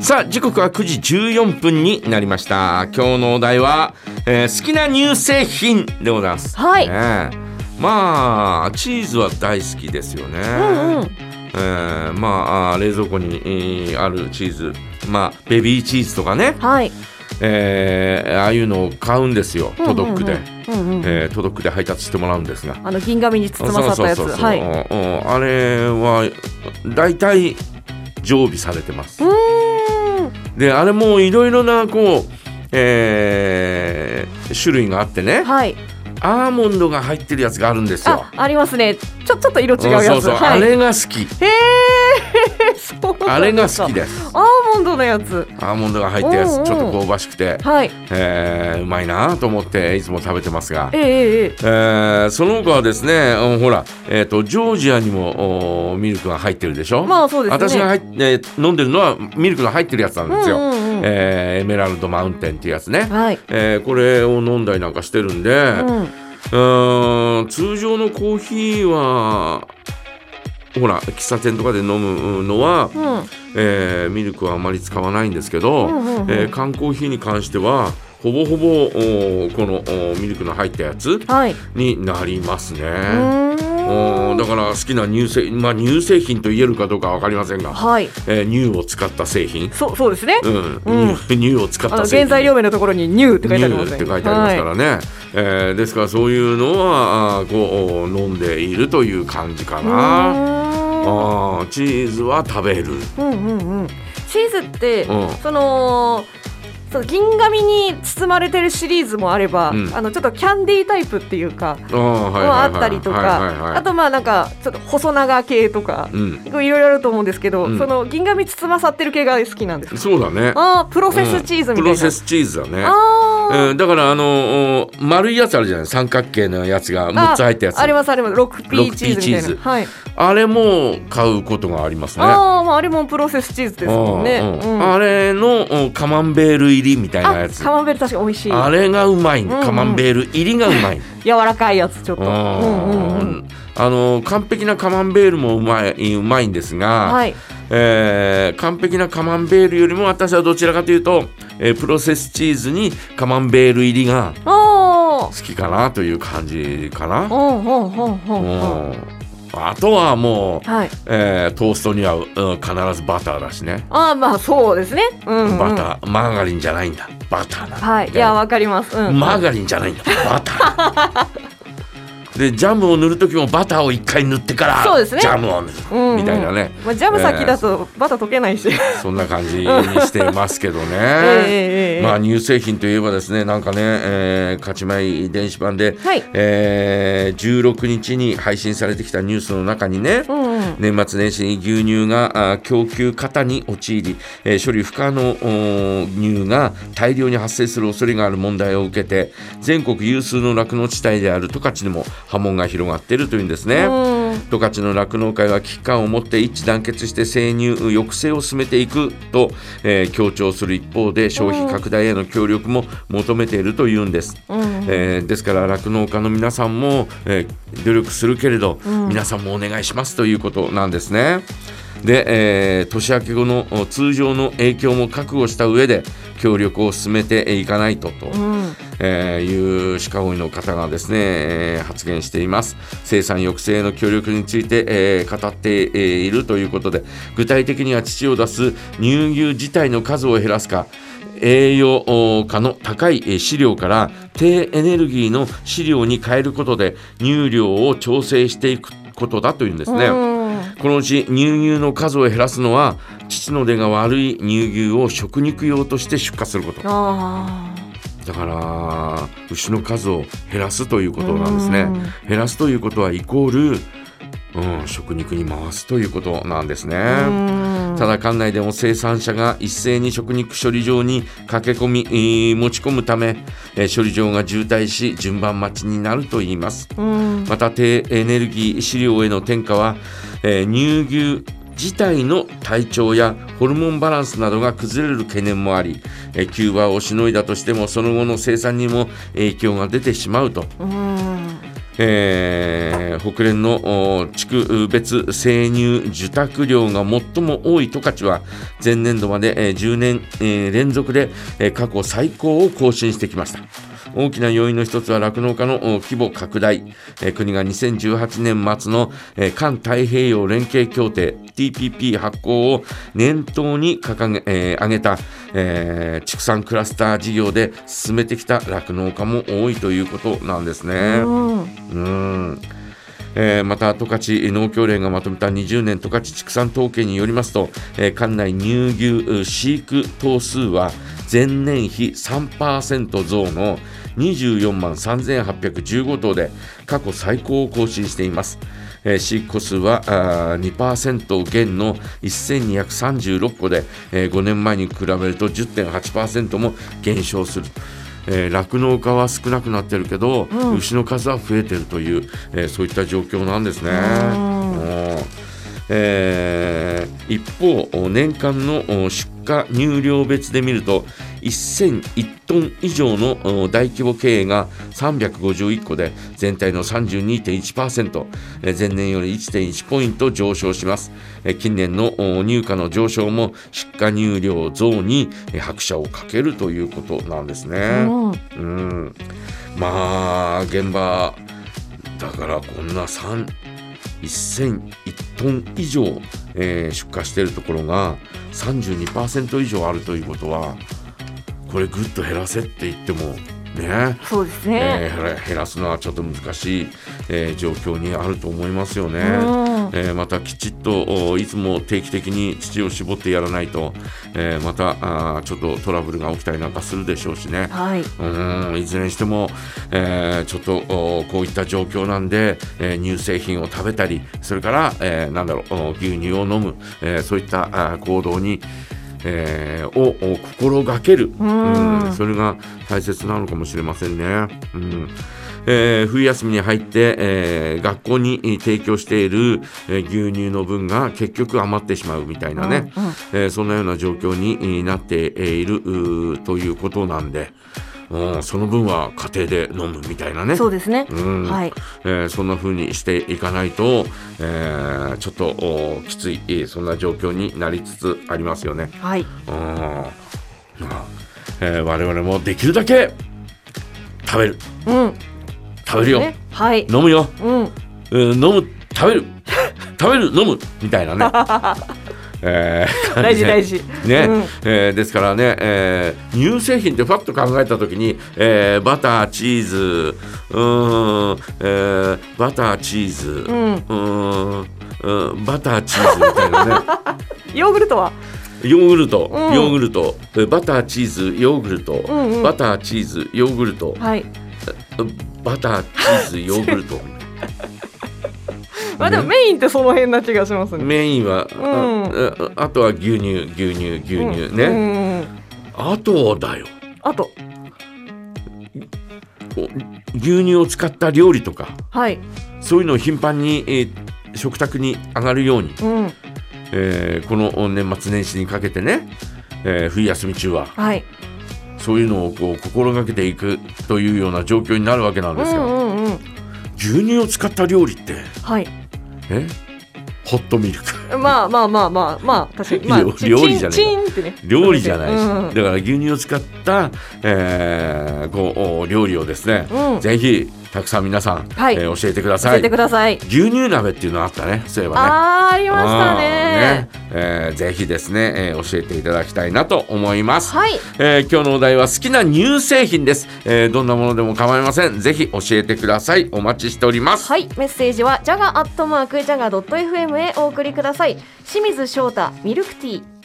さあ時刻は9時14分になりました今日のお題は、えー好きな乳製品でございますはいねえまあチーズは大好きですよね、うんうんえーまああー冷蔵庫に、えーあるチーズまあベビーチーズとかね、はい。えーああいうのを買うんですよトドックで、うんうん。えートドックで配達してもらうんですがあの銀紙に包まさったやつ。そうそうそうそうはい。ううんうんあれは大体常備されてますーん。であれもいろいろなこう、えー種類があってねはい。アーモンドが入ってるやつがあるんですよあ、ありますね。ちょ、ちょっと色違うやつ。んそうそう、はい、あれが好きへえ。 そうなんだ。あれが好きですアーモンドのやつ。アーモンドが入ったやうつんうんちょっと香ばしくて、はい。えーうまいなと思っていつも食べてますがええええええ。えーその他はですね、うんほら、えーと、ジョージアにもおーミルクが入ってるでしょ、まあそうですね私が入っ、えー飲んでるのはミルクの入ってるやつなんですよ、うんうんうんえーエメラルドマウンテンっていうやつね、はい。えーこれを飲んだりなんかしてるんで、う。うんーん通常のコーヒーはほら喫茶店とかで飲むのは、うん。えーミルクはあまり使わないんですけど、うんうんうんえー缶コーヒーに関してはほぼほぼおーこのおーミルクの入ったやつはい。うになりますね。ーおーん。だから好きな乳製,、まあ、乳製品と言えるかどうか分かりませんが、はい。えー乳を使った製品、そう、そうですね。うんうん乳 乳を使っあたの製原品材料名のところにニューって書いてありますね。って書いてありますからね、えーですからそういうのはあーこう飲んでいるという感じかな。はあーチーズは食べる、い。うーん。うんうんうん。チーズって、うんその。そう銀紙に包まれてるシリーズもあれば、うんあのちょっとキャンディータイプっていうか、あーはいもはいはいあったりとはいはいはかいあとまあなんかちょっと細長系とか、うん、いろいろあると思うんですけど、うんその銀紙包まさってる系が好きなんですかそうだねああプロセスチーズみたいな、プロセスチーズだねあー、うん、だからあのお丸いやつあるじゃない三角形のやつがあ6つ入ったやつありあますあります 6P チーズみたい 6P チーズな、はい、れも買うことがありますねあー、まああれもプロセスチーズですもんねうんうんうんあれのおカマンベール入りみたいなあやつカマンベール確かに美味しいあれがうまい、んうんカマンベール入りがうまい柔らかいやつちょっとうんうんうんあの完璧なカマンベールもうまいうまいんですが、はいえー完璧なカマンベールよりも私はどちらかというと、えープロセスチーズにカマンベール入りがあ好きかなという感じかあうな。んうんうんううんうんんあとはもう、はいえートーストには、うん、必ずバターだしね、ああまあそうですねうん、うん、バターマーガリンじゃないんだバターなんだはいいやわかりますうんマーガリンじゃないんだバター でジャムを塗る時もバターを一回塗ってからそうですねジャムを塗る、うんうんみたいなねまあ、ジャム先だとバター溶 けないし、そんな感じにしてますけど ね。ええええまあ乳製品といえばですねなんかね、えー、勝ち前電子版で、はいえー16日に配信されてきたニュースの中にね、うんうん年末年始に牛乳があー供給過多に陥り、えー処理不可能おー乳が大量に発生する恐れがある問題を受けて全国有数の酪農地帯である十勝でも波紋が広がっているというんですね。うん十勝の酪農会は危機感を持って一致団結して生乳抑制を進めていくと、えー強調する一方で消費拡大への協力も求めているというんです、うんえーですから酪農家の皆さんも、えー努力するけれど、皆さんもお願いしますということなんですね。で、えー年明け後のお通常の影響も覚悟した上で協力を進めていかないとと。うんえーいう歯科医の方がですね、えー発言しています生産抑制の協力について、えー語って、えーいるということで具体的には乳を出す乳牛自体の数を減らすか栄養価の高いえー飼料から低エネルギーの飼料に変えることで乳量を調整していくことだというんですね。うんこのうち乳牛の数を減らすのは父の出が悪い乳牛を食肉用として出荷することあだから牛の数を減らすということなんですねう減らすということはイコール、うん、食肉に回すということなんですねあうんただ管内でも生産者が一斉に食肉処理場に駆け込み、えー持ち込むため、えー処理場が渋滞し順番待ちになるといいますうんまた低エネルギー飼料への転嫁は、えー乳牛自体の体調やホルモンバランスなどが崩れる懸念もあり、えー急場をしのいだとしてもその後の生産にも影響が出てしまうとうんえー北連のお地区別生乳受託量が最も多い十勝は前年度まで、えー10年、えー連続で、えー過去最高を更新してきました大きな要因の一つは酪農家のお規模拡大、えー国が2018年末の、えー環太平洋連携協定 TPP 発行を念頭に掲げ、えー挙げた、えー畜産クラスター事業で進めてきた酪農家も多いということなんですね。うんうんえーまた十勝農協連がまとめた20年十勝畜産統計によりますと、えー管内乳牛飼育頭数は前年比3%増の24万3815頭で過去最高を更新しています。えー飼育個数はあー2%減の1236個で、え5年前に比べると10.8%も減少する。えー酪農家は少なくなってるけど、うん牛の数は増えてるという、えーそういった状況なんですね。うんうんえー一方年間のお出荷入量別で見ると1001トン以上のお大規模経営が351個で全体の32.1%えー前年より1.1ポイント上昇しますえー近年のお入荷の上昇も出荷入量増にえー拍車をかけるということなんですね。うんうん、まあ現場だからこんな3 1001トン以上、えー出荷しているところが32%以上あるということはこれぐっと減らせって言ってもね、そうですえね。ー減ら減らすのはちょっと難しい、えー状況にあると思いますよね。うんえーまたきちっとおいつも定期的に土を絞ってやらないと、えーまたあーちょっとトラブルが起きたりなんかするでしょうしね。はい。うんいずれにしても、えーちょっとおこういった状況なんで、えー乳製品を食べたりそれから、えーなんだろうお牛乳を飲む、えーそういったあー行動に、えーをお心がける、んうんそれが大切なのかもしれませんね。うんえー冬休みに入って、えー学校にえー提供している、えー牛乳の分が結局余ってしまうみたいなね、うんうんえーそんなような状況にえーなってえーいるうーということなんで、うん、その分は家庭で飲むみたいなね。そうですね。うんはい。えーそんな風にしていかないと、えーちょっとおきつい、えーそんな状況になりつつありますよね。はい。うんまあえー我々もできるだけ食べるうん。食べるよ、ね。はい。飲むよ、うん。うん飲む食べる食べる飲むみたいな ね。えー感大じ事で大事。ね、うんえーですからね、えー乳製品ってパッと考えた時に、えーバターチーズうーん、えーバターチーズ、ううんーんうんバターチーズみたいな ねヨーグルトは。ヨーグルト、うんヨーグルトえーバターチーズヨーグルト、んうんバターチーズヨーグルト、はい。バターチー ズヨーグルトまあでもねメインってその辺な気がしますね。メインは、んあああとは牛乳牛乳牛乳うんね、うんうん。あとだよあと。お牛乳を使った料理とかはい。そういうのを頻繁に、えー食卓に上がるように、うん。えーこの年末年始にかけてね、えー冬休み中ははい。そういうのをこう心がけていくというような状況になるわけなんうですよ。んうんうん。牛乳を使った料理ってはい。えホットミル クまあまあまあまあまあ確かに。まあ料料理じゃないチンチンってね。料理じゃないし、うんうんだから牛乳を使った、えーこうお料理をですね、うんぜひたくさん皆さん、はいえー教えてくだ教さえいてください。牛乳鍋っていうのあったねそういえばねあーありましたうんね。ねえーぜひですね、えー教えていただきたいなと思います、はい。えー今日のお題は好きな乳製品です、えーどんなものでも構いませんぜひ教えてくださいお待ちしておりますはい、メッセージはジャガアットマークジャガドット FM へお送りください。清水翔太ミルクティー。